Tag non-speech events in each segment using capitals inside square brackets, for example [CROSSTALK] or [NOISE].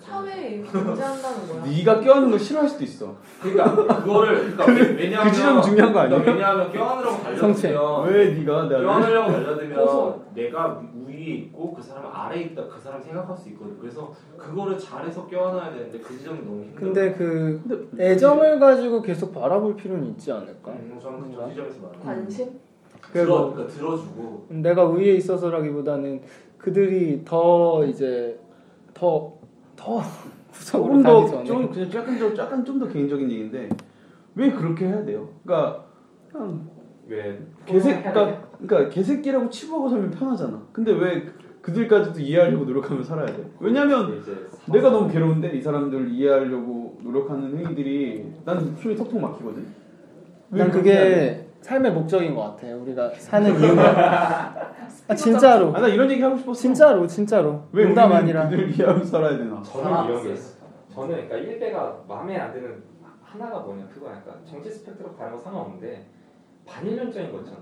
사회에 인지한다는 거야. 네가 껴안는 걸 싫어할 수도 있어. 그러니까 그거를 그러니까 왜냐하면 [LAUGHS] 그 지점이 중요한 거 아니에요? 그러니까 왜냐하면 껴안으려고 성체. 아, 달려들면 왜 네가 나를 껴안으려고 달려들면 고소. 내가 위에 있고 그 사람 아래에 있다 그 사람 생각할 수 있거든. 그래서 그거를 잘해서 껴안아야 되는데 그 지점이 너무 힘들어. 근데 그 애정을 가지고 계속 바라볼 필요는 있지 않을까? 음, 저는 그저 지점에서 말해. 관심? 들어 그리고 그러니까 들어주고 내가 위에 있어서라기보다는 그들이 더 이제 더 더 [LAUGHS] 구석으로 조금 가기 더, 전에 좀 그냥 약간 좀 약간 좀 더 개인적인 얘기인데 왜 그렇게 해야 돼요? 그러니까 그냥 왜뭐 개색, 그러니까, 그러니까 개새끼라고 치부하고 살면 편하잖아. 근데 왜 그들까지도 이해하려고 노력하며 살아야 돼? 왜냐면 이제 사- 내가 너무 괴로운데 이 사람들 이해하려고 노력하는 행위들이 난 숨이 턱턱 막히거든. 왜 난 그렇게 해야 돼? 그게 삶의 목적인 것 같아. 우리가 사는 이유가 [LAUGHS] 아 진짜로 아, 나 이런 얘기 하고 싶었어. 진짜로 진짜로 왜 농담 우리는 아니라 그들 이해하고 살아야 되나? 저는 이런 게 있어요. 저는 그러니까 1배가 마음에 안 드는 하나가 뭐냐 그거야. 그러니까 정치 스펙트럼 다른 거 상관없는데 반일론적인 거 있잖아.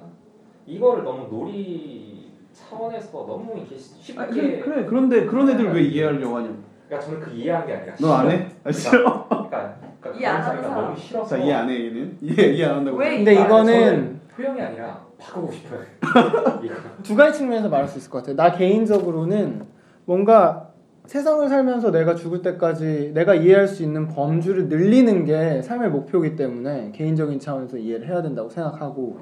이거를 너무 놀이 차원에서 너무 이렇게 쉽게 아, 예, 그래, 그래. 그런데 그런 애들 아, 왜 이해하려고 하냐? 그러니까 저는 그 이해한 게 아니라 너 안 해? 아, 싫어. 그러니까, 그러니까 이해 안 하는 그런 사람이 사람. 너무 싫어서 그러니까 자, 이해 안 해, 얘는. 이해, 이해 안 한다고. 왜 음. 근데 이해 안 해? 이거는 표현이 아니라 바꾸고 싶어요. 이거. 두 가지 측면에서 말할 수 있을 것 같아요. 나 개인적으로는 뭔가 세상을 살면서 내가 죽을 때까지 내가 이해할 수 있는 범주를 늘리는 게 삶의 목표이기 때문에 개인적인 차원에서 이해를 해야 된다고 생각하고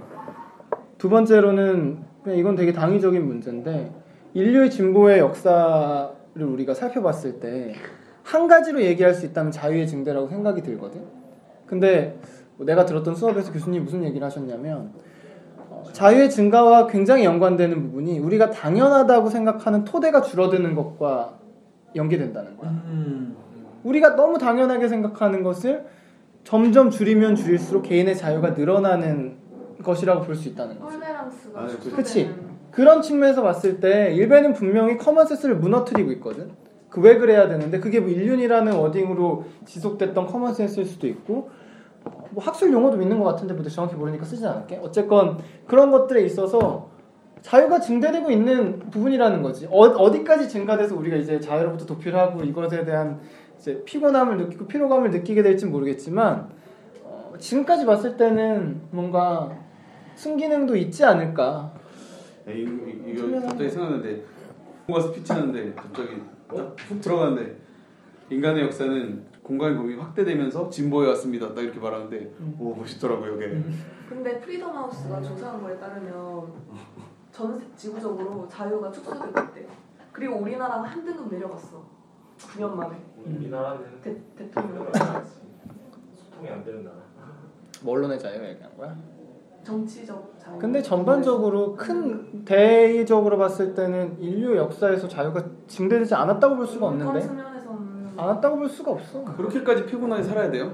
두 번째로는 그냥 이건 되게 당위적인 문제인데 인류의 진보의 역사를 우리가 살펴봤을 때 한 가지로 얘기할 수 있다면 자유의 증대라고 생각이 들거든. 근데 뭐 내가 들었던 수업에서 교수님이 무슨 얘기를 하셨냐면 어, 자유의 증가와 굉장히 연관되는 부분이 우리가 당연하다고 생각하는 토대가 줄어드는 것과 연계된다는 거야. 우리가 너무 당연하게 생각하는 것을 점점 줄이면 줄일수록 개인의 자유가 늘어나는 것이라고 볼 수 있다는 거지. 톨레랑스가 아, 축소되는 그치. 그런 측면에서 봤을 때 일베는 분명히 커먼센스를 무너뜨리고 있거든. 그 왜 그래야 되는데 그게 뭐 인륜이라는 워딩으로 지속됐던 커먼센스일 수도 있고 뭐 학술 용어도 있는 것 같은데 근데 정확히 모르니까 쓰진 않을게. 어쨌건 그런 것들에 있어서 자유가 증대되고 있는 부분이라는 거지. 어, 어디까지 증가돼서 우리가 이제 자유로부터 도피를 하고 이것에 대한 이제 피곤함을 느끼고 피로감을 느끼게 될지 모르겠지만 어, 지금까지 봤을 때는 뭔가 순기능도 있지 않을까. 네, 에이, 이거, 이거 갑자기 생각났는데 공과 스피치 하는데 갑자기 딱 훅 들어가는데 인간의 역사는 공간의 범위 확대되면서 진보해 왔습니다. 딱 이렇게 말하는데 오 멋있더라고요. 이게 근데 프리덤 하우스가 조사한 거에 따르면 전 세- 지구적으로 자유가 축소되고 있대요. 그리고 우리나라가 한 등급 내려갔어. 9년 만에 우리나라는 대, 대통령 소통이 안 되는 나라. 뭐 언론의 자유가 얘기한 거야? 정치적 자유. 근데 전반적으로 큰 대의적으로 봤을 때는 인류 역사에서 자유가 증대되지 않았다고 볼 수가 그런 없는데 아, 측면에서는 않았다고 볼 수가 없어. 그렇게까지 피곤하게 살아야 돼요?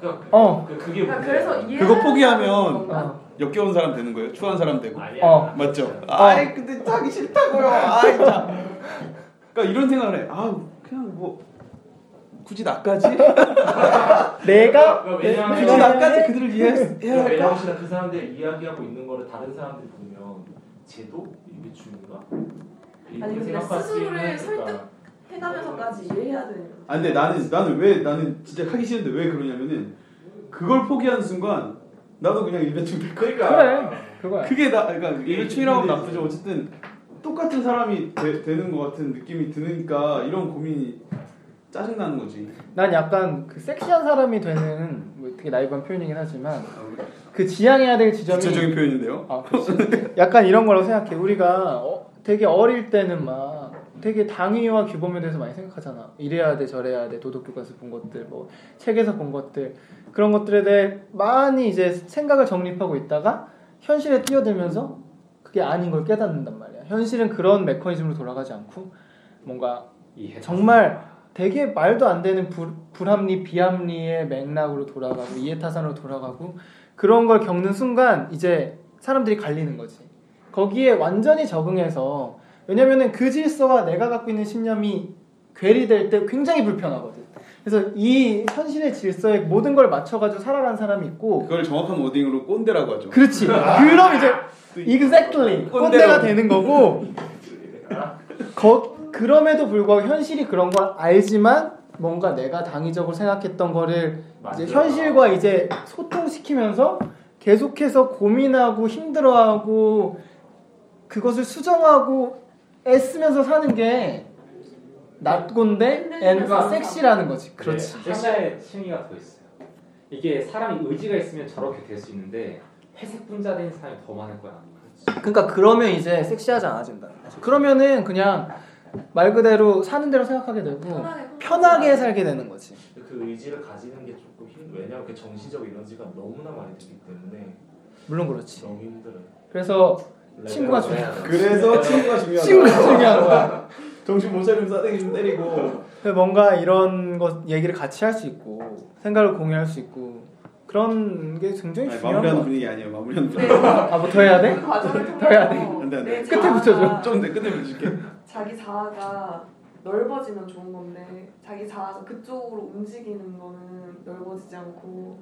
그러니까 어. 그- 그게 그러니까 문제야. 그래서 이해 그거 포기하면- 어. 역겨운 사람 되는 거예요? 추한 사람 되고 아니야. 어. 맞죠? 아이 근데 자기 싫다고요. 아이 참. 그러니까 이런 생각을 해. 아 그냥 뭐 굳이 나까지? 내가 그러니까 내- 왜냐하면 굳이 나까지 그들을 예, 이해해야 그러니까 할까? 왜냐하면 진짜 그 사람들 이야기하고 있는 거를 다른 사람들이 보면 쟤도 이게 주인가? 아니, 근데 스스로를 그러니까 설득- 해가면서까지 이해해야 되니까. 아 근데 나는 나는 왜 나는 진짜 하기 싫은데 왜 그러냐면은 그걸 포기하는 순간 나도 그냥 일배충 될 거야. 그러니까 그래. 그거야. 그게 나 그러니까 일배충이라고 하면 나쁘죠. 어쨌든 똑같은 사람이 되, 되는 것 같은 느낌이 드니까 이런 고민이 짜증 나는 거지. 난 약간 그 섹시한 사람이 되는 뭐 되게 나이브한 표현이긴 하지만 아, 우리 그 지향해야 될 지점이 구체적인 표현인데요. 아, 그렇지. 약간 이런 거라고 생각해. 우리가 어, 되게 어릴 때는 막 되게 당위와 규범에 대해서 많이 생각하잖아. 이래야 돼, 저래야 돼, 도덕교과서 본 것들, 뭐 책에서 본 것들 그런 것들에 대해 많이 이제 생각을 정립하고 있다가 현실에 뛰어들면서 그게 아닌 걸 깨닫는단 말이야. 현실은 그런 메커니즘으로 돌아가지 않고 뭔가 이해. 정말 되게 말도 안 되는 불, 불합리 비합리의 맥락으로 돌아가고 이해타산으로 돌아가고 그런 걸 겪는 순간 이제 사람들이 갈리는 거지. 거기에 완전히 적응해서 왜냐면은 그 질서와 내가 갖고 있는 신념이 괴리될 때 굉장히 불편하거든. 그래서 이 현실의 질서에 모든 걸 맞춰가지고 살아간 사람이 있고 그걸 정확한 워딩으로 꼰대라고 [LAUGHS] 하죠. 그렇지. 그럼 이제 exactly 꼰대가 되는 거고 거, 그럼에도 불구하고 현실이 그런 걸 알지만 뭔가 내가 당위적으로 생각했던 거를 이제 만들어라. 현실과 이제 소통시키면서 계속해서 고민하고 힘들어하고 그것을 수정하고 애쓰면서 사는 게 낫곤데 앤 섹시라는 거지. 그렇지. 네, 하나의 층위가 더 있어요. 이게 사람이 의지가 있으면 저렇게 될 수 있는데 회색 분자된 사람이 더 많을 거야. 그러니까 그러면 이제 섹시하지 않아진다. 그러면은 그냥 말 그대로 사는 대로 생각하게 되고 편하게 편하게 살게 되는 거지. 그 의지를 가지는 게 조금 힘 왜냐면 그 정신적 에너지가 너무나 많이 들기 때문에 물론 그렇지. 너무 힘들어요. 그래서 친구가 중요한 거야. 그래서 아, 친구가 중요하다. 친구가 중요한 거야. 정신 못 차리면 싸대기 좀 때리고. 그래서 뭔가 이런 것 얘기를 같이 할 수 있고 생각을 공유할 수 있고 그런 게 굉장히 아니, 중요한 거 마무리하는 같아. 분위기 아니에요. 마무리하는 분위기. 네. 아뭐더 [LAUGHS] 해야 돼? 그 과정을 [LAUGHS] 해야 통해서 안 돼, 안내 돼. 끝에 자아가- 붙여줘. 좀 내 끝에 붙일게. 자기 자아가 넓어지면 좋은 건데 자기 자아가 그쪽으로 움직이는 거는 넓어지지 않고 뭐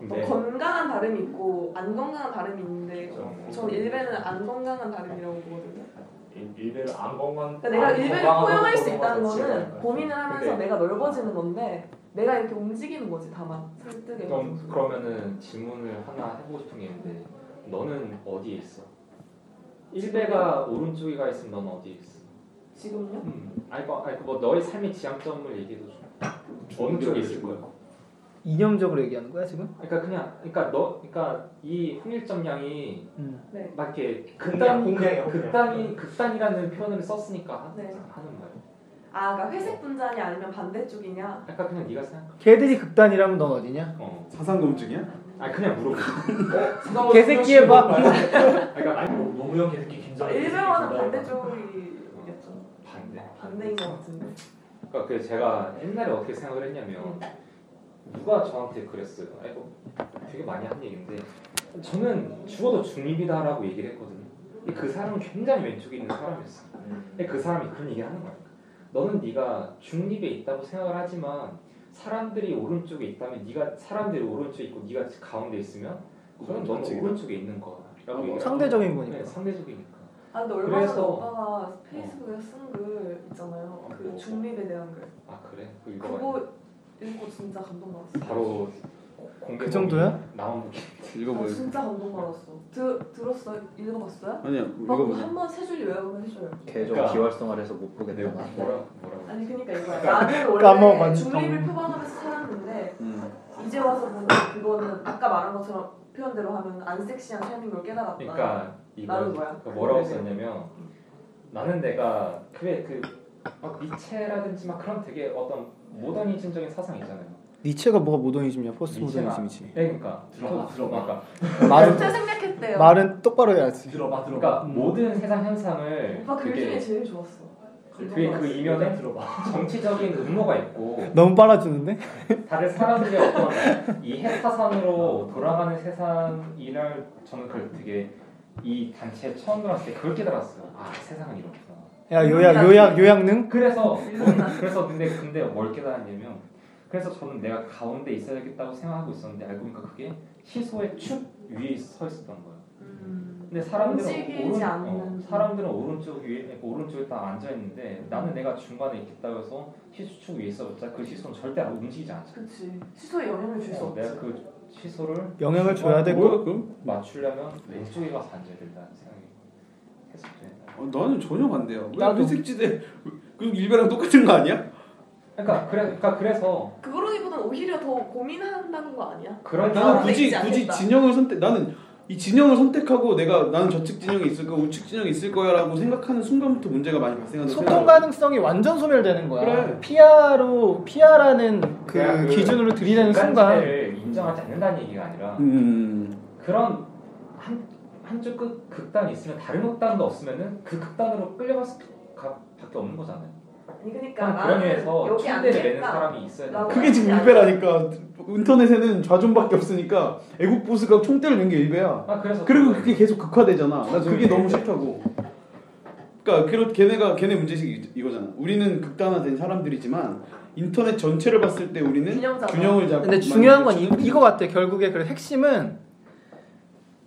네. 근데 건강한 다름이 있고 안 건강한 다름이 있는데 그렇죠. 좀- 전 일베는 안 건강한 다름이라고 보거든요. 일- 일배를 안 건강. 그러니까 내가 안 일베를 아, 건강하다고 포용할 수 건강하다고 있다는 생각할 거는 거야. 고민을 하면서 근데 내가 넓어지는 건데 내가 이렇게 움직이는 거지 다만 설득에. 그럼 그러면은 질문을 하나 해보고 싶은 게 있는데 너는 어디에 있어? 1배가 오른쪽에 가 있으면 너는 어디에 있어? 지금요? 음, 아니 뭐, 아니 뭐 너의 삶의 지향점을 얘기해도 좀 어느 쪽에 있을 거야? 이념적으로 얘기하는 거야 지금? 그러니까 그냥 그러니까 너 그러니까 이 홍일점 양이 음. 네. 막 이렇게 극단, 극단 극단이에요, 극단이 극단이라는 표현을 썼으니까 네. 하는 거예요. 아, 그러니까 회색 분자냐 아니면 반대쪽이냐? 아까 그냥 네가 생각. 걔들이 극단이라면 넌 어디냐? 어. 사상검증이야? 아 그냥 물어보. [LAUGHS] 생각을 개새끼의 밥. 하시는 건 그러니까 아니 말고 노무현 개새끼 김정은. 일베와는 개새끼 반대쪽이겠죠. 반대. 반대인 것 같은데. 그러니까 그 제가 옛날에 어떻게 생각을 했냐면 누가 저한테 그랬어요. 아이고 되게 많이 한 얘기인데 저는 죽어도 중립이다라고 얘기를 했거든요. 근데 그 사람은 굉장히 왼쪽에 있는 사람이었어. 요 음. 근데 그 사람이 그런 얘기 하는 거야. 너는 네가 중립에 있다고 생각을 하지만 사람들이 오른쪽에 있다면 네가 사람들이 오른쪽에 있고 네가 가운데 있으면 그건 너는 오른쪽이다. 오른쪽에 있는 거라고 얘기를 아, 상대적인 하는 거야. 네, 거니까. 상대적이니까. 아 근데 얼마 전에 그래서- 어, 오빠가 페이스북에 쓴 글 있잖아요. 그 중립에 대한 글. 아 그래? 그거 뭐, 읽어봐. 그거 읽고 진짜 감동받았어. 바로 공개. 그 정도야? 나만 보기. 뭐 아, 읽어보세요. 진짜 감동받았어. 드, 들었어? 읽어봤어요? 아니야, 뭐. 막 읽어보세요. 한번 세 줄 요약을 해줘요. 개좀 그러니까. 기활성화를 해서 못 보겠다고 내가 하는데 뭐라 뭐라고. 아니 그니까 이거야. 그러니까 나는 그러니까 원래 까먹었네. 음. 중립을 표방하면서 살았는데 음. 이제 와서 보면 그거는 아까 말한 것처럼 표현대로 하면 안 섹시한 삶인 걸 깨달았다. 그러니까 이거 나는 뭐야? 뭐라고 썼냐면 나는 내가 그그막 니체라든지 막 그런 되게 어떤 네. 모더니즘적인 사상 있잖아요. 니체가 뭐가 모더니즘이야? 포스트 니체가- 모더니즘이지. 네, 그러니까 그 들어봐, 들어봐. 그러니까 말은 진짜 생략했대요. 말은 똑바로 해야지. 들어봐 음. 들어봐. 그러니까 모든 세상 현상을 오빠 글 중에 그게 제일 좋았어. 그게 그 이면에 정치적인 음모가 있고 너무 빨아주는데? 다들 사람들이 어떤 이 해파선으로 돌아가는 세상이랄 저는 그걸 되게 이 단체에 처음 들어왔을 때 그걸 깨달았어요. 아 세상은 이렇구나. 야 요약 요약 요약능? 그래서 그래서 근데 근데 뭘 깨달았냐면 그래서 저는 내가 가운데 있어야겠다고 생각하고 있었는데 알고 보니까 그게 시소의 축 위에 서 있었던 거예요. 음. 근데 사람들은 움직이지 오른 않는. 어, 사람들은 오른쪽 위에 그러니까 오른쪽에 딱 앉아 있는데 나는 내가 중간에 있겠다고 해서 시수축 위에 있었자 그 시소는 절대 안 움직이지 않잖아. 그치. 시소에 영향을 줄 수 어, 내가 없지. 그 시소를 영향을 줘야 되고 뭐야 그럼? 맞추려면 왼쪽에 가서 앉아야 된다는 생각이 계속 돼. 어, 나는 전혀 반대야. 왜 나도. 회색지대? [LAUGHS] 그럼 일베랑 똑같은 거 아니야? 그러니까 그래 그러니까 그래서 그러기보단 오히려 더 고민한다는 거 아니야? 그런 나는 나는 굳이 있지 굳이 않겠다. 진영을 선택. 나는 이 진영을 선택하고 내가 나는 좌측 진영이 있을 거야, 우측 진영이 있을 거야라고 생각하는 순간부터 문제가 많이 발생한다고 소통 생각해. 가능성이 완전 소멸되는 거야. 그래. 피아로 피아라는 내가 그 그 기준으로 들이대는 순간 인간지대를 인정하지 않는다는 얘기가 아니라 음. 그런 한 한쪽 끝 극단이 있으면 다른 극단도 없으면은 그 극단으로 끌려갈 수밖에 없는 거잖아요. 아니 그러니까 그냥 나는 그런 면에서 여기 안 춘대 내는 되겠다. 사람이 있어야 나- 된다. 그게 지금 일배라니까 인터넷에는 좌존밖에 없으니까 애국 보수가 총대를 민 게 일배야 아 그래서 그리고 그게 계속 극화되잖아 나 그게 너무 싫다고 그러니까 그런 걔네가 걔네 문제식이 이거잖아 우리는 극단화된 사람들이지만 인터넷 전체를 봤을 때 우리는 균형 잡아. 균형을 잡고 근데 중요한 건 이, 이거 같아. 결국에 그 핵심은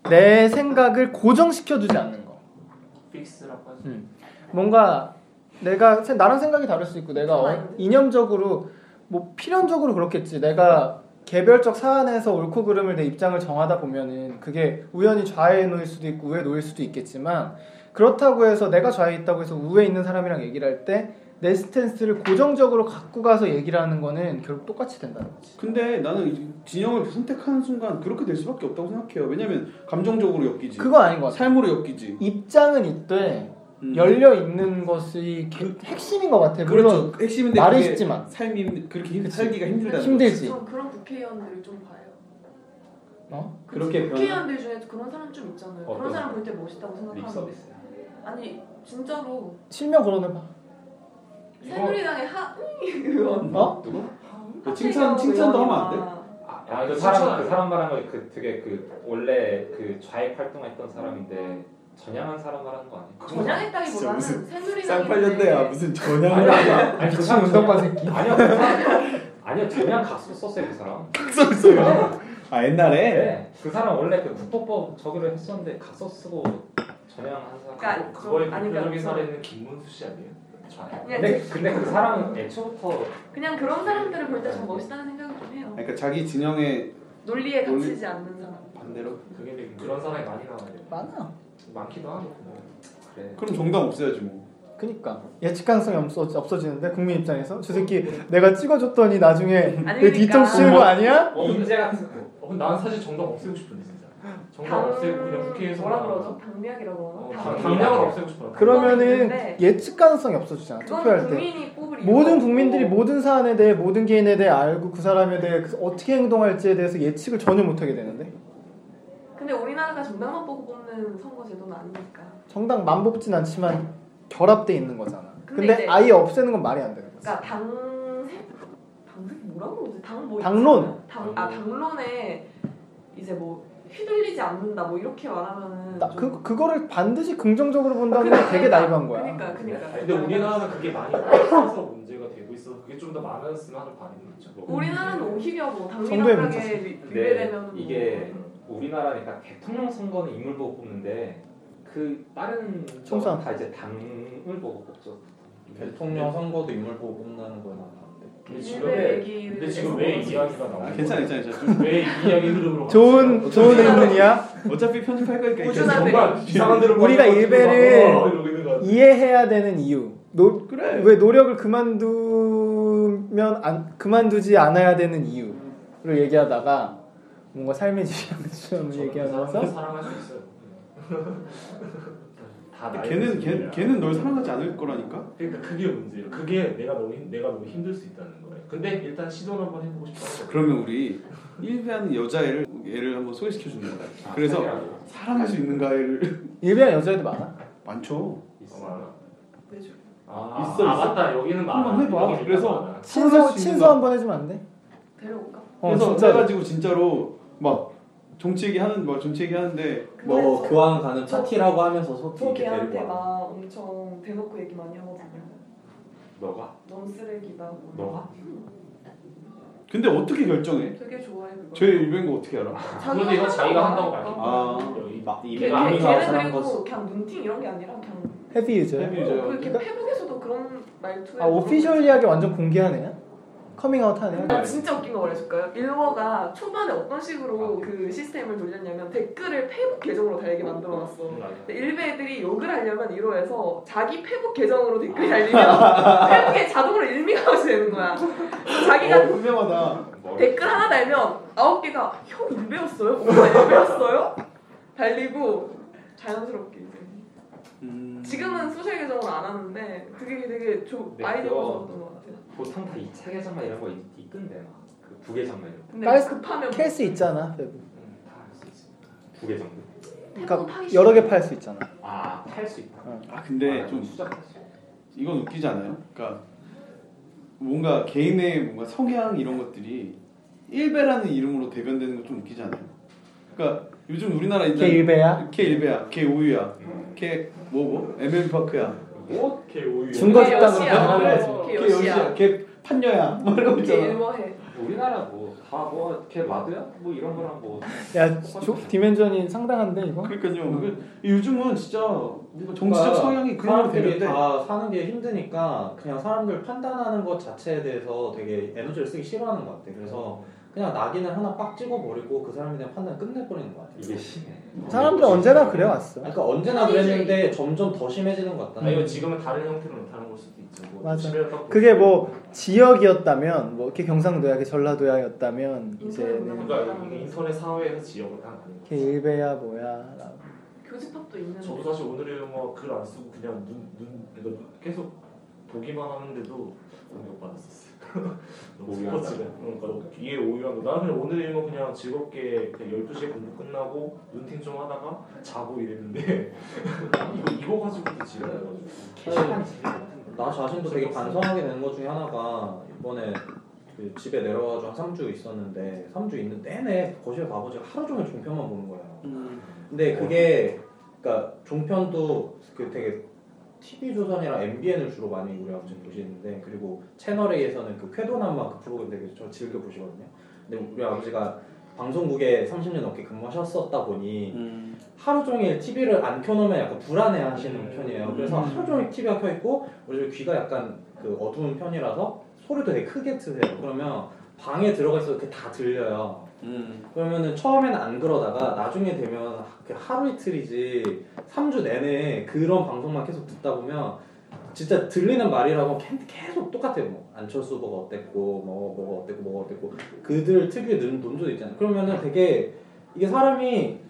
내 생각을 고정시켜 두지 않는 거. 픽스라고 하죠. 음. 뭔가 내가 세- 나랑 생각이 다를 수 있고 내가 어- 이념적으로 뭐 필연적으로 그렇겠지. 내가 개별적 사안에서 옳고 그름을 내 입장을 정하다 보면은 그게 우연히 좌에 놓일 수도 있고 우에 놓일 수도 있겠지만 그렇다고 해서 내가 좌에 있다고 해서 우에 있는 사람이랑 얘기를 할 때 내 스탠스를 고정적으로 갖고 가서 얘기를 하는 거는 결국 똑같이 된다는 거지. 근데 나는 이 진영을 선택하는 순간 그렇게 될 수밖에 없다고 생각해요 왜냐면 감정적으로 엮이지 뭐 그거 아닌 것 같아. 삶으로 엮이지 입장은 있되 음. 열려 있는 것이 개- 핵심인 것 같아. 물론 그렇죠. 핵심인데 말이 그게 쉽지만. 삶이 힘- 그렇게 힘- 그치. 살기가 힘들- 힘들다는 거지. 힘들지. 전 그런 국회의원들을 좀 봐요. 어? 그 그렇게 변하- 국회의원들 중에 그런 사람 좀 있잖아요. 그런 어떤 사람 볼 때 멋있다고 립 생각하는데 서비스. 아니 진짜로 실명 거론해봐. 새누리당의 하 의원 어? 누구? 그 칭찬 칭찬도 하면 안 돼? 아, 어, 아니, 그 사람 그 사람 말한 거그 되게 그 원래 그 좌익 활동했던 사람인데 전향한 사람 말하는 거 아니야? 진짜 전향했다기보다는 무슨 새누리당인데 무슨 아니 전향을 아니 아니 그 미친 사람 운동권 새끼. 아니야 그 사람 아니야 전향 가수 썼어요 그 사람. 써 있어요. 아 옛날에 네. 그 사람 원래 그 국토법 저기를 했었는데 가서 쓰고 전향한 사람. 그러니까 그거의 좀 아니, 대표적인 그러니까 사례는 김문수 씨 아니에요? 좌. 그냥, 근데 근데 그 [LAUGHS] 사람은 애초부터 그냥 그런 사람들을 볼 때 좀 멋있다는 생각을 좀 해요. 그러니까 자기 진영에 논리에 논리- 갇히지 않는 사람. 반대로 그게 되게 그런 사람이 많이 나와요. 많아. 많기도 하고. 뭐. 그래. 그럼 정답 없어야지 뭐. 그니까 예측 가능성이 없어, 없어지는데 국민 입장에서 저 새끼 내가 찍어줬더니 나중에 내 그러니까. 뒤통수 치는 거 아니야? 어, 문제 같은 어, 근데 난 사실 정답 없애고 싶은데 진짜. 정답 당- 없애고 그냥 국회에서 뭐라 그냥- 그러죠? 당명이라고 어, 그러나? 당- 당- 그러니까. 당량을 없애고 싶어요. 그러면은 있는데. 예측 가능성이 없어지잖아. 그건 투표할 때. 국민이 뭐. 뽑을 이유가 모든 없고. 국민들이 모든 사안에 대해 모든 개인에 대해 알고 그 사람에 대해 그 어떻게 행동할지에 대해서 예측을 전혀 못하게 되는데 근데 우리나라가 정당만 보고 뽑는 선거 제도는 아니니까. 정당 만복진 않지만 결합돼 있는 거잖아. 근데 근데, 이제- 아예 없애는 건 말이 안 되는 거지. 그러니까 당색 당색 뭐라고 그러지? 당뭐 당론. 당아 당론에 이제 뭐 휘둘리지 않는다 뭐 이렇게 말하면은 나, 좀- 그 그거를 반드시 긍정적으로 본다는 건 되게 나이브한 거야. 그러니까 그러니까. 네. 근데 우리나라는 그게 많이 없어서 문제가 되고 있어서 그게 좀 더 많았으면 하는 바람이 있죠. 우리나라는 오히려 뭐 정도의 당민당하게 뭐 네, 위배되면 이게 우리나라니까 대통령 선거는 인물 보고 뽑는데 그 다른 총선. 거는 다 이제 당을 보고 뽑죠. 대통령 선거도 인물 보고 뽑는 거야. 음. 근데 지금 일베 왜 얘기를 근데 지금 왜 이 이야기가 나오는 아, 거야? 괜찮아 괜찮아 괜찮아. 왜이 이야기 흐름으로 좋은 좋은 그러니까. 의문이야. 어차피 편집할 거니까 꾸준하게 괜찮아. 정말 이상한 데로 우리가 가는 거 일베를- 같기도 하고 이러고 있는 거 같아. 이해해야 되는 이유. 노, 그래. 왜 노력을 그만두면 안, 그만두지 않아야 되는 이유를 얘기하다가 뭔가 삶의 저는 지향점을 그 얘기하면서 사람을 사랑할 수 있어요. [LAUGHS] 다 근데 나의 걔는 걔, 문제야. 걔는 널 사랑하지 않을 거라니까. 그러니까 그게 문제예요. 그게 내가 너무 힘, 내가 너무 힘들 수 있다는 거예요. 근데 일단 시도를 한번 해보고 싶어요. 그러면 우리 일배하는 여자애를 얘를 한번 소개시켜 주는 거야. 그래서 사기라고. 사랑할 수 있는가를 일베한 여자애도 많아. [LAUGHS] 많죠. 있어. 내줘. 아, 있어, 아 있어. 맞다 여기는 많아. 한번 해봐. 여기는 일단 그래서 많아. 친소 사랑할 수 친소 있는가? 한번 해주면 안 돼? 데려올까? 어, 그래서 진짜. 그래가지고 진짜로 막 정치 얘기 하는 막 정치 얘기 하는데 뭐그 근데 교황 가는 파티라고 하면서 소티 저 이렇게 걔한테 데리고 와. 막 엄청 대놓고 얘기 많이 하거든요. 너가 넌 쓰레기다. 뭐. 너가 근데 어떻게 결정해? 되게 좋아해 그거. 쟤 일배인 거 어떻게 알아? 그건 이거 자기가 한다고 말할까? 아 여기 막그 걔- 이미 걔- 남이 걔는 나오는 그리고 거. 그냥 눈팅 이런 게 아니라 그냥 헤비 유저. 헤비 유저야. 그 이렇게 페북에서도 그런 말투에 아 오피셜리하게 완전 공개한 애야? 커밍아웃 한 애야? 나 진짜 웃긴 거 말해줄까요? 일워가 초반에 어떤 식으로 그 시스템을 돌렸냐면 댓글을 페북 계정으로 달게 만들어놨어. 근데 네, 일베 애들이 욕을 하려면 1호에서 자기 페북 계정으로 댓글이 달리면 페북에 자동으로 일미가 되는 거야. 자기가 현명하다. 어. 댓글 하나 달면 아홉 개가 형 일베였어요? 엄마 일베였어요? 달리고 자연스럽게 이제. 음. 지금은 소셜 계정으로 안 하는데 그게 되게 조, 네, 아이디어가 그거- 좋았던 것 같아요. 보통 다 2차 계정만 이런 거 이- 이끈대 막그 부계정만 이런 근데 깔- 급하면 캘 수 있잖아. 페북. 거다할수 있어. 부계정도. 그러니까 여러 개 팔 수 있잖아. 아팔 수 있다. 아 근데 아, 좀 수작할 수 있다. 이건 웃기지 않아요? 그러니까 뭔가 개인의 뭔가 성향 이런 것들이 일배라는 이름으로 대변되는 건 좀 웃기지 않아요? 그러니까 요즘 우리나라 걔 일단 일베야? 걔 일배야, 걔 우유야, 걔 뭐고 MLB 파크야, 뭐? 걔 오유. 중거 걔 집단으로 여시야. 변하는 거지. 그래, 걔 걔 여시야, 여시야. 걔 판녀야, 뭐 이런 거 이게 있잖아. 일머해. 우리나라 뭐 다 뭐 걔 마드야? 뭐 이런 거랑 뭐 야, 조, 디멘전이 상당한데 이거? 그러니까요. 음. 그 요즘은 진짜 뭔가 정치적 성향이 그걸로 그러니까 사람들이 대변돼. 다 사는 게 힘드니까 그냥 사람들 판단하는 것 자체에 대해서 되게 에너지를 쓰기 싫어하는 것 같아. 그래서 그냥 낙인을 하나 빡 찍어버리고 그 사람에 대한 판단 을 끝내버리는 것 같아. 이게 심해. 사람들 언제나 그래 왔어. 그러니까 언제나 그랬는데 점점 더 심해지는 것 같다. 아니면 지금은 다른 형태로 나타나는 걸 수도 있죠. 뭐 맞아. 집에 갖고 그게 뭐 지역이었다면 뭐 이렇게 경상도야, 이렇게 전라도야였다면 이제는 그러니까 이게 인터넷 사회에서 지역을 딱 나뉘는 걔 거죠. 일베야 뭐야? 교집합도 있는데. 저도 사실 오늘의 영화 글 안 쓰고 그냥 눈, 눈 이거 계속 보기만 하는데도 공격받았었어요. [LAUGHS] 너무 오유한다. 스포츠가. 응, 그러니까 이게 오유한 거. 나는 오늘의 영화 그냥 즐겁게 그냥 12시에 공부 끝나고 눈팅 좀 하다가 자고 이랬는데 [LAUGHS] 이거, 이거 가지고도 지랄해가지고 사실 개시한 지랄. 나 자신도 되게 반성하게 되는 것 중에 하나가 이번에 그 집에 내려와가지고 한 3주 있었는데 3주 있는 내내 거실 아버지가 하루 종일 종편만 보는 거야. 음. 근데 그게 그러니까 종편도 그 되게 TV 조선이랑 MBN을 주로 많이 우리 아버지 보시는데 그리고 채널 A에서는 그 쾌도남마 그 프로그램 되게 저 즐겨 보시거든요. 근데 우리 아버지가 방송국에 30년 넘게 근무하셨었다 보니 음. 하루 종일 TV를 안 켜놓으면 약간 불안해 하시는 편이에요. 그래서 음. 하루 종일 TV가 켜있고, 우리 집 귀가 약간 그 어두운 편이라서 소리도 되게 크게 트세요. 그러면 방에 들어가 있어도 그게 다 들려요. 음. 그러면은 처음에는 안 그러다가 나중에 되면 그 하루 이틀이지 3주 내내 그런 방송만 계속 듣다 보면 진짜 들리는 말이라고 걔- 계속 똑같아요. 뭐 안철수 후보가 어땠고 뭐 뭐가 어땠고 뭐가 어땠고 그들 특유의 논- 논조도 있잖아요. 그러면은 되게 이게 사람이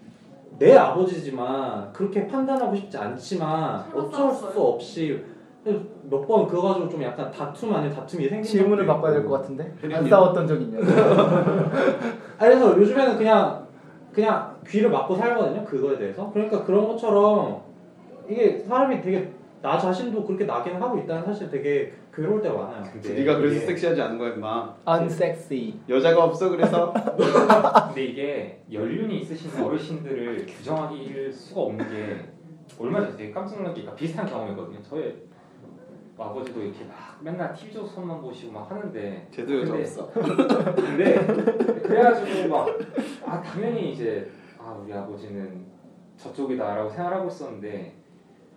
내 아버지지만 그렇게 판단하고 싶지 않지만 설마 어쩔 수 싸웠어요? 없이 몇 번 그거 가지고 좀 약간 다툼 아닌 다툼이 생기는 질문을 것도 바꿔야 있고. 될 것 같은데? 안 혜린이. 싸웠던 적 있냐? [LAUGHS] 아니, 그래서 요즘에는 그냥 그냥 귀를 막고 살거든요 그거에 대해서 그러니까 그런 것처럼 이게 사람이 되게 나 자신도 그렇게 나긴 하고 있다는 사실 되게 괴로울 때가 많아요 네가 그래서 이게 섹시하지 않은 거야, 임마. Unsexy. 여자가 없어 [LAUGHS] 그래서 근데 이게 연륜이 있으신 어르신들을 규정하기 수가 없는 게 얼마 전에 되게 깜짝 놀란 게 그러니까 비슷한 경험이거든요. 저희 아버지도 이렇게 막 맨날 TV 조선만 보시고 막 하는데 제도 여자 근데 없어. 근데 그래가지고 막 아 당연히 이제 아 우리 아버지는 저쪽이다라고 생각하고 있었는데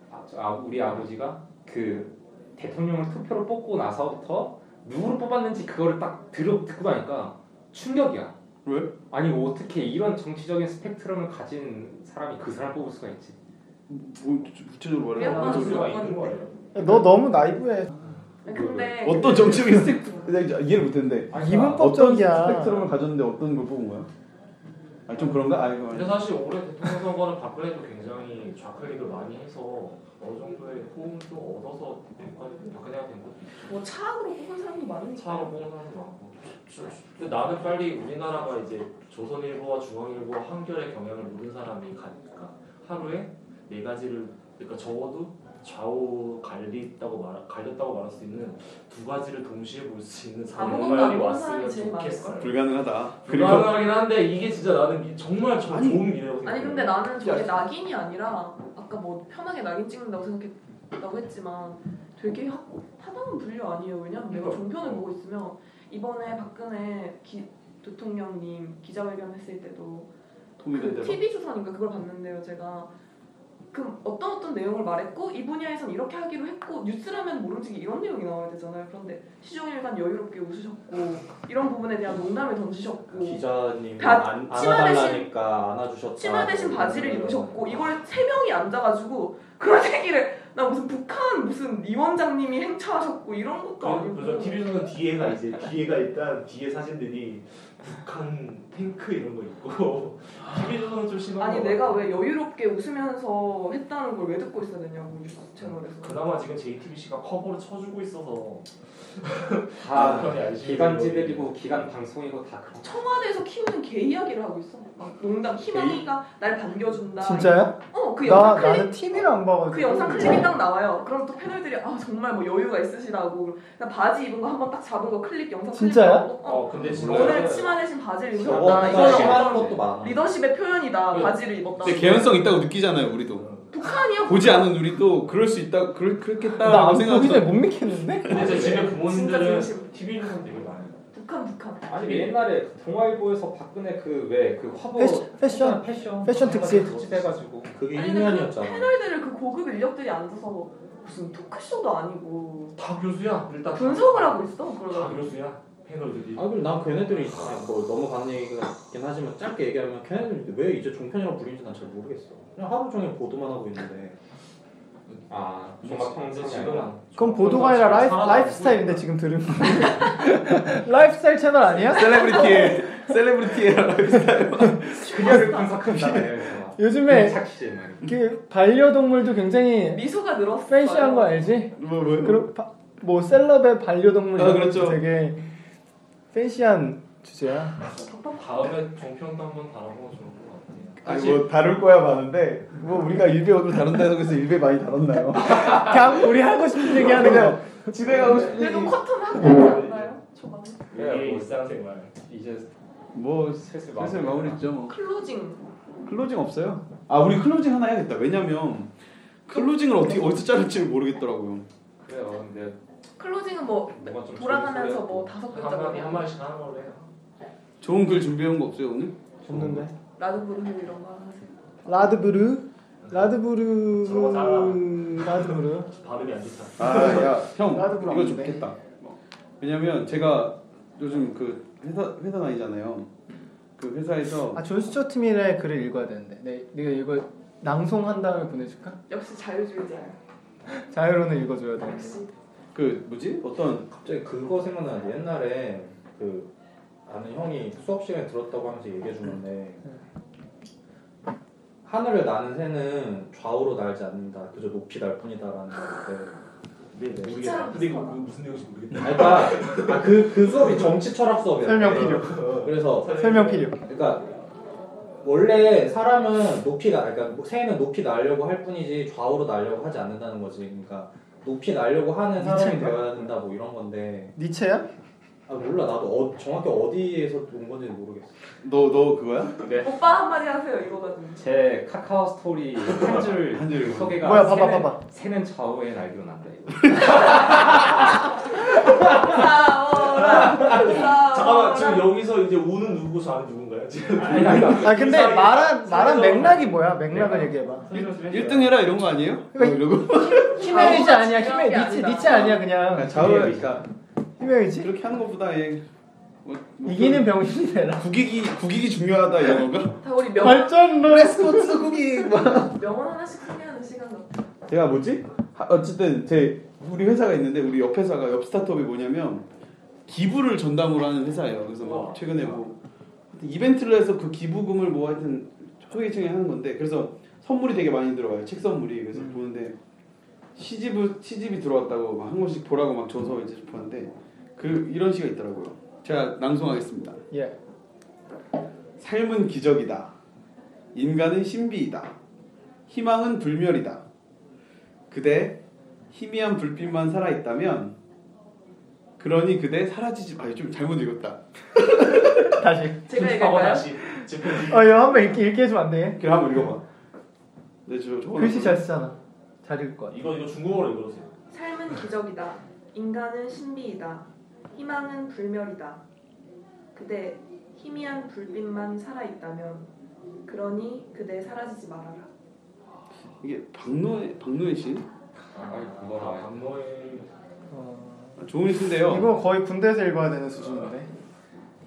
아, 저, 아, 우리 아버지가 그 대통령을 투표로 뽑고 나서부터 누구를 뽑았는지 그거를 딱 들어 듣고 나니까 충격이야. 왜? 아니 뭐 어떻게 이런 정치적인 스펙트럼을 가진 사람이 그 사람 뽑을 수가 있지? 뭐 구체적으로 몇 말해. 번 소리가 있는 있는 거예요. 너 너무 나이브해. 근데 어떤 정치적인 스펙트 그냥 이제 아, 이해를 못했는데 이분 어떤 법적이야. 스펙트럼을 가졌는데 어떤 걸 뽑은 거야? 아 좀 그런가? 아 이거 근데 사실 올해 대통령 선거는 박근혜도 굉장히 좌클릭을 많이 해서 어느 정도의 호응도 얻어서 대통령 박근혜가 된 것도 있고 뭐 차악으로 뽑은 사람도 많으니까. 차로 호응하는 사람도 많고 저- 저- 근데 나는 빨리 우리나라가 이제 조선일보와 중앙일보 한겨레 경향을 모르는 사람이 가니까 하루에 네 가지를 그러니까 적어도 좌우 갈렸다고 말 갈렸다고 말할 수 있는 두 가지를 동시에 볼 수 있는 아무것도 안 사람이 보는 왔으면 사람이 제일 좋겠어요. 그 불가능하다. 그리고 불가능하긴 한데 이게 진짜 나는 이- 정말 저 좋은 미래라고 생각해요. 아니 근데 나는 저게 낙인이 아니라 아까 뭐 편하게 낙인 찍는다고 생각했다고 했지만 되게 하- 하다는 분류 아니에요. 왜냐면 내가 종편을 보고 있으면 이번에 박근혜 기- 대통령님 기자회견 했을 때도 그 통일된 대로. TV 조선인가 그걸 봤는데요, 제가. 그 어떤 어떤 내용을 말했고 이 분야에선 이렇게 하기로 했고 뉴스라면 모름지기 이런 내용이 나와야 되잖아요. 그런데 시종일관 여유롭게 웃으셨고 이런 부분에 대한 농담을 던지셨고 기자님 다 안, 그 치마 대신- 안아달라니까 안아주셨다 뭐 치마 대신 바지를 입으셨고 이걸 세 명이 앉아가지고 그런 얘기를 나 무슨 북한 무슨 이 원장님이 행차하셨고 이런 것도 그래서 아니고 TV조선 뒤에가 이제 뒤에가 일단 뒤에 사진들이 북한 탱크 이런 거 [LAUGHS] 있고 TV조선은 좀 심한 아니 거 내가 왜 여유롭게 웃으면서 했다는 걸 왜 듣고 있었느냐고 뉴스 채널에서. 그나마 지금 JTBC가 커버를 쳐주고 있어서 다 남편이 알지 아, 네, 기간지들이고 기간 방송이고 다 그런 청와대에서 키우는 개 이야기를 하고 있어. 막 농담 희망이가 날 반겨준다. 아, 진짜요? 어, 그 나 영상 클립 나는 어. TV를 안 봐가지고. 그 영상 클립이 딱 나와요. 그럼 또 패널들이 아 정말 뭐 여유가 있으시다고. 나 바지 입은 거 한번 딱 잡은 거 클립 영상 클립 진짜요? 나오고, 어, 어 음, 근데 아, 지금 오늘 치마 대신 바지를 입으셨다. 저거보다 이거는 심한 어떤 것도 많아. 리더십의 표현이다. 바지를 입었다. 근데 개연성 있다고 느끼잖아요 우리도 북한이요? 보지 않은 우리도 그럴 수 있다 그럴 그렇겠다라고 나안 보기 전에 생각하죠. 못 믿겠는데? 근데 제 집에 진짜 부모님들은 진심. TV조선 되게 많이 봐요. 북한 북한. 그 아니 옛날에 동아일보에서 박근혜 그 왜 그 화보 패션, 어, 패션. 어, 패션 패션 특집. 해가지고 그게 아니, 근데 그 1년이었잖아. 패널들을 그 고급 인력들이 앉아서 무슨 토크쇼도 아니고 다 교수야 일단 분석을 하고 있어. 아, 다 그러다. 교수야 패널들이 아 그리고 난 걔네들이 진짜 뭐 넘어간 얘기긴 하지만 짧게 얘기하면 걔네들이 왜 이제 종편이랑 불리는지 난 잘 모르겠어. 그냥 하루 종일 보도만 하고 있는데. 아 종합 근데 평론이 지금 아니라 그건 보도가 아니라 라이프, 라이프스타일인데 지금 들은 거. [LAUGHS] 라이프스타일 채널 아니야? 셀레브리티 셀레브리티예요. 그녀를 분석한 다음에 네. 요즘에 착시 막 그 반려동물도 굉장히 미소가 늘었어. 팬시한 거 알지? 뭐 뭐요? 그럼 바- 뭐 셀럽의 반려동물 아, 이런 것도 그렇죠. 되게 팬시한 주제야. 다음에 종편도 한번 다뤄보면 좋을 것 같아요. 아니 뭐 다룰 거야 많은데 뭐 우리가 일베 오늘 다룬다고 해서 일베 [LAUGHS] 많이 다뤘나요? 그냥 우리 하고 싶은 얘기 하는 거. 진행하고 싶은 그래도 얘기 커튼 한거안나요 저만 이게 뭐 일상생활. 이제 뭐 슬슬 마무리 슬슬 마무리죠 뭐 클로징. 클로징 없어요? 아 우리 클로징 하나 해야겠다 왜냐면 클로징을 어떻게 어디서 자를지 모르겠더라고요 그래요 근데 클로징은 뭐 뭔가 좀 돌아가면서 재밌어요. 뭐 다섯 한 마디 한 글자만 마디씩 하는 걸로 해요. 좋은 글 준비해온 거 없어요 오늘? 좋는데. 라드브르 이런 거 하세요. 라드브르. 라드브르. 저거 잘라. 라드브르. 발음이 안 좋다. 아야형 나도 그럼 이거 안 돼. 좋겠다 뭐. 왜냐면 제가 요즘 그 회사 회사 다니잖아요 그 회사에서 아 존스처트 밀의 글을 읽어야 되는데. 네, 네가 이거 낭송한 다음에 보내줄까? 역시 자유주의자야. 자유로는 읽어줘야 돼. 역시. 그 뭐지 어떤 갑자기 그거 생각나는데 옛날에 그 아는 형이 수업 시간에 들었다고 하면서 얘기해 주는데 하늘을 나는 새는 좌우로 날지 않는다. 그저 높이 날 뿐이다라는 건데. 네, 네. 기차랑 근데 이거 비슷하다. 무슨 내용인지 모르겠다. 아니, 그러니까 아, 그, 그 수업이 정치 철학 수업이야. 설명 필요. 그래서 설명 필요. 그러니까 원래 사람은 높이가 그러니까 새는 높이 날려고 할 뿐이지 좌우로 날려고 하지 않는다는 거지. 그러니까 높이 날려고 하는 사람이 미쳤나? 되어야 된다 뭐 이런 건데 니체야? 아 몰라 나도 어, 정확히 어디에서 온 건지 모르겠어. 너 너 그거야? 오빠 한마디 하세요 이거 가지고. 제 카카오 스토리 한줄 한 줄. 소개가 뭐야, 봐봐, 새는- 봐봐. 새는 좌우에 날기로 난다 이거 싸워라. 싸워라. 잠깐만 지금 여기서 이제 우는 누구고 자는 누군가요? 지금 아 근데 사이에 말한 말한 사이에서- 맥락이 뭐야? 맥락을 얘기해봐. 설명 좀 해줘요. 1등 해라 이런 거 아니에요? 뭐 이러고 히메이지 아, 아니야. 중요한 게 히메 니체 아니다. 니체 아니야 그냥. 좌우를 그러니까 히메이지? 그렇게 하는 것보다 예 뭐, 뭐 이기는 병신이 되라. 국익이 국익이 중요하다 이런 건가? 다 우리 명언 발전로 레스포츠 국이. 뭐. 명언 하나씩 소개하는 시간 같아. 제가 뭐지? 하- 어쨌든 제 우리 회사가 있는데 우리 옆 회사가 옆 스타트업이 뭐냐면 기부를 전담으로 하는 회사예요. 그래서 막 최근에 뭐 하여튼 이벤트를 해서 그 기부금을 뭐 하여튼 소개층에 하는 건데 그래서 선물이 되게 많이 들어와요. 책 선물이 그래서 보는데 시집을 시집이 들어왔다고 막 한 권씩 보라고 막 줘서 이제 보는데 그 이런 시가 있더라고요. 제가 낭송하겠습니다. 예. 삶은 기적이다. 인간은 신비이다. 희망은 불멸이다. 그대 희미한 불빛만 살아 있다면 그러니 그대 사라지지 마. 좀 잘못 읽었다. 다시. 제가 하고 얘기할까요? 다시 집행 어 이거 한번 읽게 읽게 해주면 안 돼? 그래 한번 읽어봐. 네, 저 저거 뭐- 글씨 잘 쓰잖아. 잘 읽을 것 같아. 이거 이거 중국어로 읽어주세요. 삶은 기적이다. 인간은 신비이다. 희망은 불멸이다. 그대 희미한 불빛만 살아 있다면 그러니 그대 사라지지 말아라. 이게 박노해 박노해 씨 아 아, 그거라 박노해. 어, 아, 좋은 시인데요. 이거 거의 군대에서 읽어야 되는 수준인데.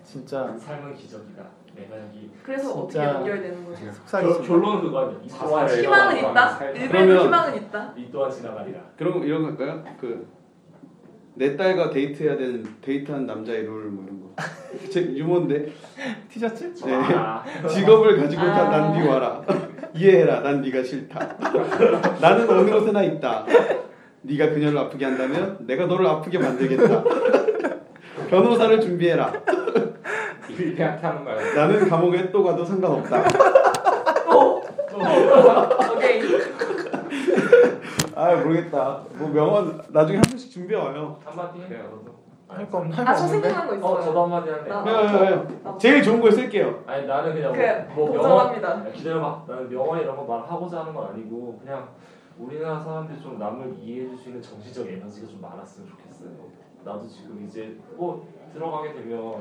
진짜 삶은 기적이다. 내가 여기 그래서 어떻게 진짜. 연결되는 거지? 결, 속상했어. 결론은 그거 아니야. 이 또한 자살을 희망은 내가 있다. 살다. 일베도 그러면- 희망은 있다. 이 또한 지나가리라. 그런 거 이런 거 할까요? 그 내 딸과 데이트해야 되는 데이트한 남자의 룰 뭐 이런 [LAUGHS] 거. 제 유머인데 티셔츠? 네. 아, 직업을 가지고 있다 난 네 와라 이해해라 난 네가 싫다 나는 어느 곳에나 있다 네가 그녀를 아프게 한다면 내가 너를 아프게 만들겠다 변호사를 준비해라 일배한테 하는 거야. 나는 감옥에 또 가도 상관없다 [LAUGHS] 오케이. 아 모르겠다 뭐 명언 나중에 한 번씩 준비해 와요 한마디 해. 너도. 아 저 생각난 거 어, 있어요. 저도 한마디 할래. 나- 네, 네, 네. 제일 좋은 걸 쓸게요 아니 나는 그냥 그 뭐, 뭐 명언 동감합니다. 야, 기다려봐 나는 명언 이런 거 말하고자 하는 건 아니고 그냥 우리나라 사람들이 좀 남을 이해해줄 수 있는 정신적 에너지가 좀 많았으면 좋겠어요 나도 지금 이제 뭐 들어가게 되면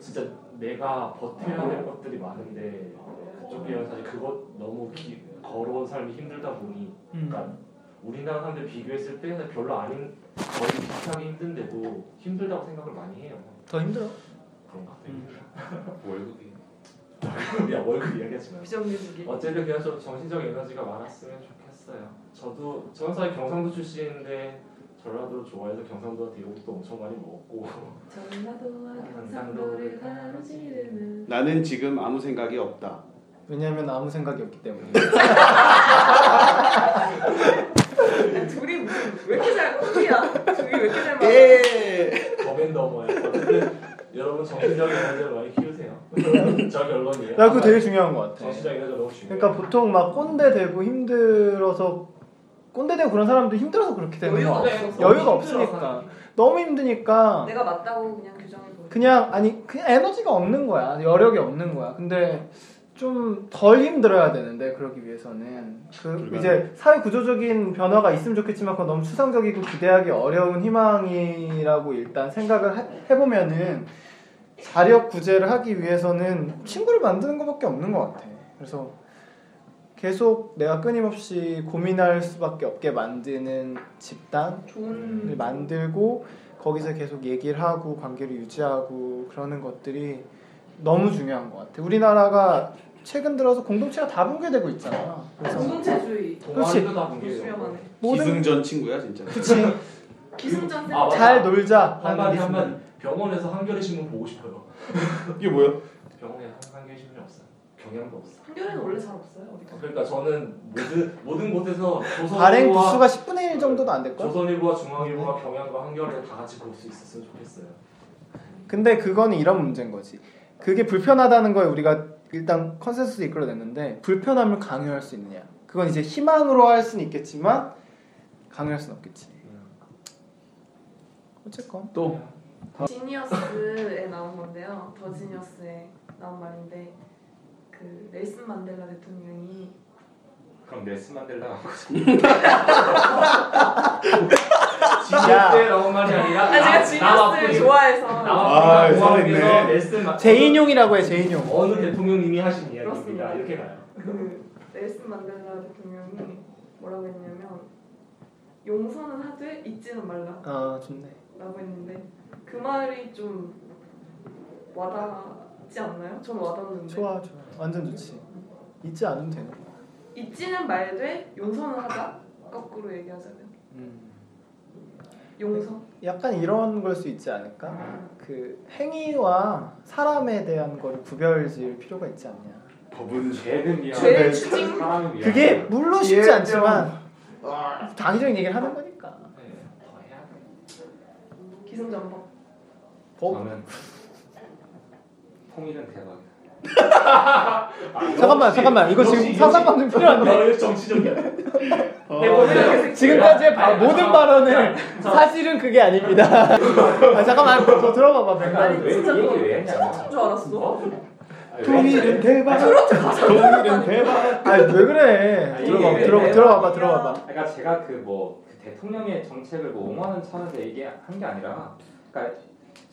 진짜 내가 버텨야 될 것들이 많은데 그쪽 비하면 사실 그것 너무 기, 걸어온 삶이 힘들다 보니 음. 음. 그러니까 우리나라 사람들 비교했을 때 별로 아닌 거의 비슷하게 힘든데도 힘들다고 생각을 많이 해요 더 힘들어. 그런가? 음. [LAUGHS] 월급이 야 월급 이야기하지 마 비정규직이. 어쨌든 그냥 좀 정신적 에너지가 많았으면 좋겠어요. 저도 저는 사실 경상도 출신인데 전라도 좋아해서 경상도한테 욕도 엄청 많이 먹었고 [LAUGHS] 전라도와 경상도를 가로지르는 나는 지금 아무 생각이 없다 왜냐면 아무 생각이 없기 때문에. 네. 야, 아, 둘이 무슨 왜 이렇게 잘 콩이야? 둘이 왜 이렇게 잘 맞아? 예 더맨더머예요. 어쨌든 여러분 정신적 에너지를 많이 키우세요. [LAUGHS] 저 결론이에요. 나 그거 되게 중요한 것 같아. 정신적 에너지가 너무 중요해요. 그러니까 보통 막 꼰대 되고 힘들어서 꼰대 되고 그런 사람들 힘들어서 그렇게 되는 여유가 거. 없어. 여유가 없으니까 너무 힘드니까 내가 맞다고 그냥 규정해 보는. 그냥 아니 그냥 에너지가 없는 거야 여력이 없는 거야 근데 좀 덜 힘들어야 되는데 그러기 위해서는 그 불가능. 이제 사회 구조적인 변화가 있으면 좋겠지만 그건 너무 추상적이고 기대하기 어려운 희망이라고 일단 생각을 해- 해보면은 자력 구제를 하기 위해서는 친구를 만드는 것밖에 없는 것 같아 그래서 계속 내가 끊임없이 고민할 수밖에 없게 만드는 집단 좋은 을 만들고 거기서 계속 얘기를 하고 관계를 유지하고 그러는 것들이 너무 중요한 것 같아. 우리나라가 최근 들어서 공동체가 다 붕괴되고 있잖아. 그래서 공동체주의 그렇지. 동아리도 다 붕괴해요. 수렴하네. 모든 기승전 친구야 진짜 그치 기승전 아, 맞다. 잘 놀자 한마디 하는 한마디 병원에서 한겨레 신문 보고 싶어요. 이게 뭐야? 병원에 한- 한겨레 신문이 없어요. 경향도 없어. 한겨레는 원래 잘 없어요. 어디가? 그러니까 저는 모든 모든 곳에서 조선 발행 부와 부수가 10분의 1 정도도 안 될 걸? 조선일보와 중앙일보와 경향과 한겨레 다 같이 볼 수 있었으면 좋겠어요. 근데 그건 이런 문제인 거지. 그게 불편하다는 거에 우리가 일단 컨센서스 이끌어냈는데 불편함을 강요할 수 있느냐? 그건 이제 희망으로 할 수는 있겠지만 강요할 수는 없겠지. 음. 어쨌건 또 지니어스에 나온 건데요. 더 지니어스에 나온 말인데 그 넬슨 만델라 대통령이 그럼 넬슨 만델라 [LAUGHS] 야 나온 말이 아니라 아 제가 지니어스를 좋아해서 그 아, 나와 공항에서 잘했네. 레슨 맞 제인용이라고 해 제인용. 어느 대통령님이 하신 이야기입니다. 그렇습니다. 이렇게 가요. 그 넬슨 만델라 대통령이 뭐라고 했냐면 용서는 하되 잊지는 말라 아 좋네. 라고 했는데 그 말이 좀 와닿지 않나요? 전 와닿는데 좋아 좋아 완전 좋지. 잊지 않으면 되는 거야. 잊지는 말되 용서는 하자 거꾸로 얘기하자면 용서 음. 약간 이런 걸 수 있지 않을까? 그 행위와 사람에 대한 걸 구별지을 필요가 있지 않냐? 법은 죄는 미안. 죄를 추징 사람을 위한. 그게 물론 쉽지 예, 않지만 당위적인 얘기를 하는 거니까 네, 더 해야 돼. 기승전법 어? 저는 통일은 대박이다. 아, 잠깐만 잠깐만 이거 지금 상상방송 어, 필요한데 너는 [LAUGHS] 정치적이야. 네. 네, 뭐 아, 지금까지의 바- 모든 발언을 사실은 그게 아닙니다 아, 잠깐만 더 들어봐봐 백만 아니 왜 진짜 이 얘기 그거 왜 했냐? 트로트인 줄 알았어 동일은 대박 동일은 대박 아왜 그래 아, 이게 들어봐 왜 들어봐 대박이야. 들어봐봐 들어봐봐 그러니까 제가 그 뭐 대통령의 정책을 뭐 옹호하는 차원에서 얘기한 게 아니라, 그러니까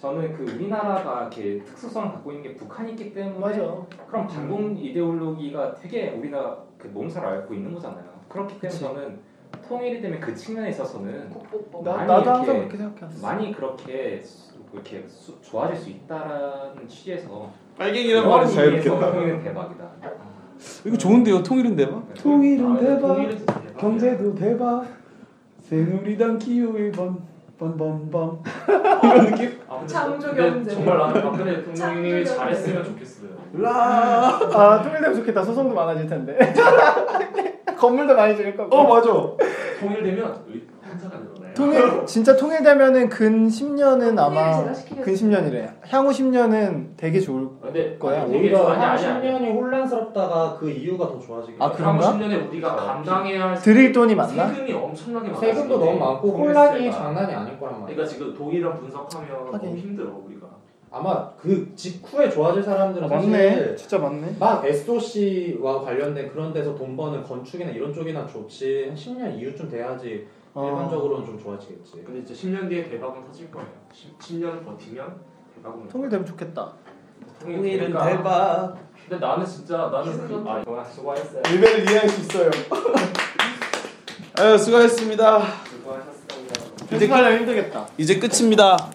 저는 그 우리나라가 이렇게 특수성을 갖고 있는 게 북한이 있기 때문에 맞아 그럼 반공 이데올로기가 되게 우리나라 그 몸살 앓고 있는 거잖아요. 그렇기 때문에 그치. 저는 통일이 되면 그 측면에 있어서는 국보법 나, 많이 나도 항상 이렇게 그렇게 생각해왔어 많이 그렇게 수- 이렇게 수- 좋아질 수 있다라는 취지에서 빨갱이란 말은 자유롭겠다 의미에서 통일은 대박이다. 아, 이거 좋은데요 아, 네, 통일은 대박? 통일은 대박. 경제도 대박 새누리당 기호 1번 뻔뻔뻔. 이런 느낌? 아, 근데 창조 근데 경제. 정말 나는 박근혜 창조 대통령이 경제. 잘했으면 좋겠어요. 라. 아 통일되면 좋겠다. 소송도 많아질 텐데. [LAUGHS] 건물도 많이 지을 거고. 어 맞아. 통일되면 의- 행사가 늘어나요. 통일 진짜 통일되면은 근 10년은 아마 제가 시키겠어요. 근 10년이래. 향후 10년은 되게 좋을 근데 거야. 아니, 되게 오히려 좋아- 아니, 한 아니, 아니. 10년이 혼란스럽다가 그 이유가 더 좋아지게 아, 돼. 그럼- 그런가? 그러니까 30년에 우리가 감당해야 할 드릴 돈이 많나? 세금이 엄청나게 많아. 세금도 너무 많고 혼란이 장난이 아닐 거란 말이야 그러니까 지금 독일이랑 분석하면 하긴. 너무 힘들어 우리가. 아마 그 직후에 좋아질 사람들은 맞네. 사실 진짜 맞네. 막 SOC와 관련된 그런 데서 돈 버는 건축이나 이런 쪽이나 좋지 한 10년 이후쯤 돼야지 어. 일반적으로는 좀 좋아지겠지 근데 이제 10년 뒤에 대박은 터질 거예요. 10, 년 버티면 대박은 통일되면 좋겠다. 통일은 대박. 그러니까. 근데 나는 진짜 나는 그- 아 영화 수고했어요. 일베를 이해할 수 있어요. 아유 수고하셨습니다. 수고하셨습니다. 편집하려면 힘들겠다. 이제 끝입니다.